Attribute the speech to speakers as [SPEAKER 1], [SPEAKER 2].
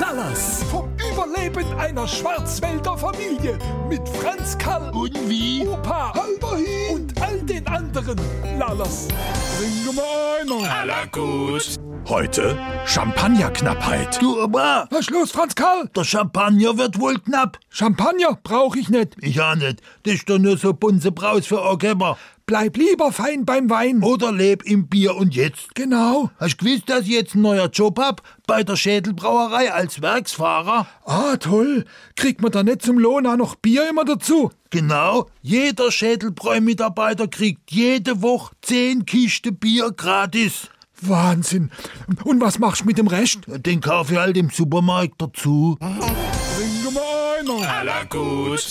[SPEAKER 1] Ballas vom Überleben einer Schwarzwälder Familie mit Franz Karl
[SPEAKER 2] Und wie?
[SPEAKER 1] Opa Halberhin und all den anderen Lalas. Bringe mal einer.
[SPEAKER 2] Aller gut. Heute Champagnerknappheit. Du Oma,
[SPEAKER 1] Was los, Franz Karl?
[SPEAKER 2] der Champagner wird wohl knapp.
[SPEAKER 1] Champagner brauche ich nicht.
[SPEAKER 2] Ich auch nicht. Das ist doch nur so bunse Braus für Oktober.
[SPEAKER 1] Bleib lieber fein beim Wein.
[SPEAKER 2] Oder leb im Bier und jetzt.
[SPEAKER 1] Genau.
[SPEAKER 2] Hast du gewusst, dass ich jetzt einen neuen Job hab? Bei der Schädelbrauerei als Werksfahrer?
[SPEAKER 1] Ah, toll. Kriegt man da nicht zum Lohn auch noch Bier immer dazu?
[SPEAKER 2] Genau, jeder Schädelbräu-Mitarbeiter kriegt jede Woche 10 Kisten Bier gratis.
[SPEAKER 1] Wahnsinn. Und was machst du mit dem Rest?
[SPEAKER 2] Den kaufe ich halt im Supermarkt dazu.
[SPEAKER 1] Bringe mal einer.
[SPEAKER 2] Aller gut.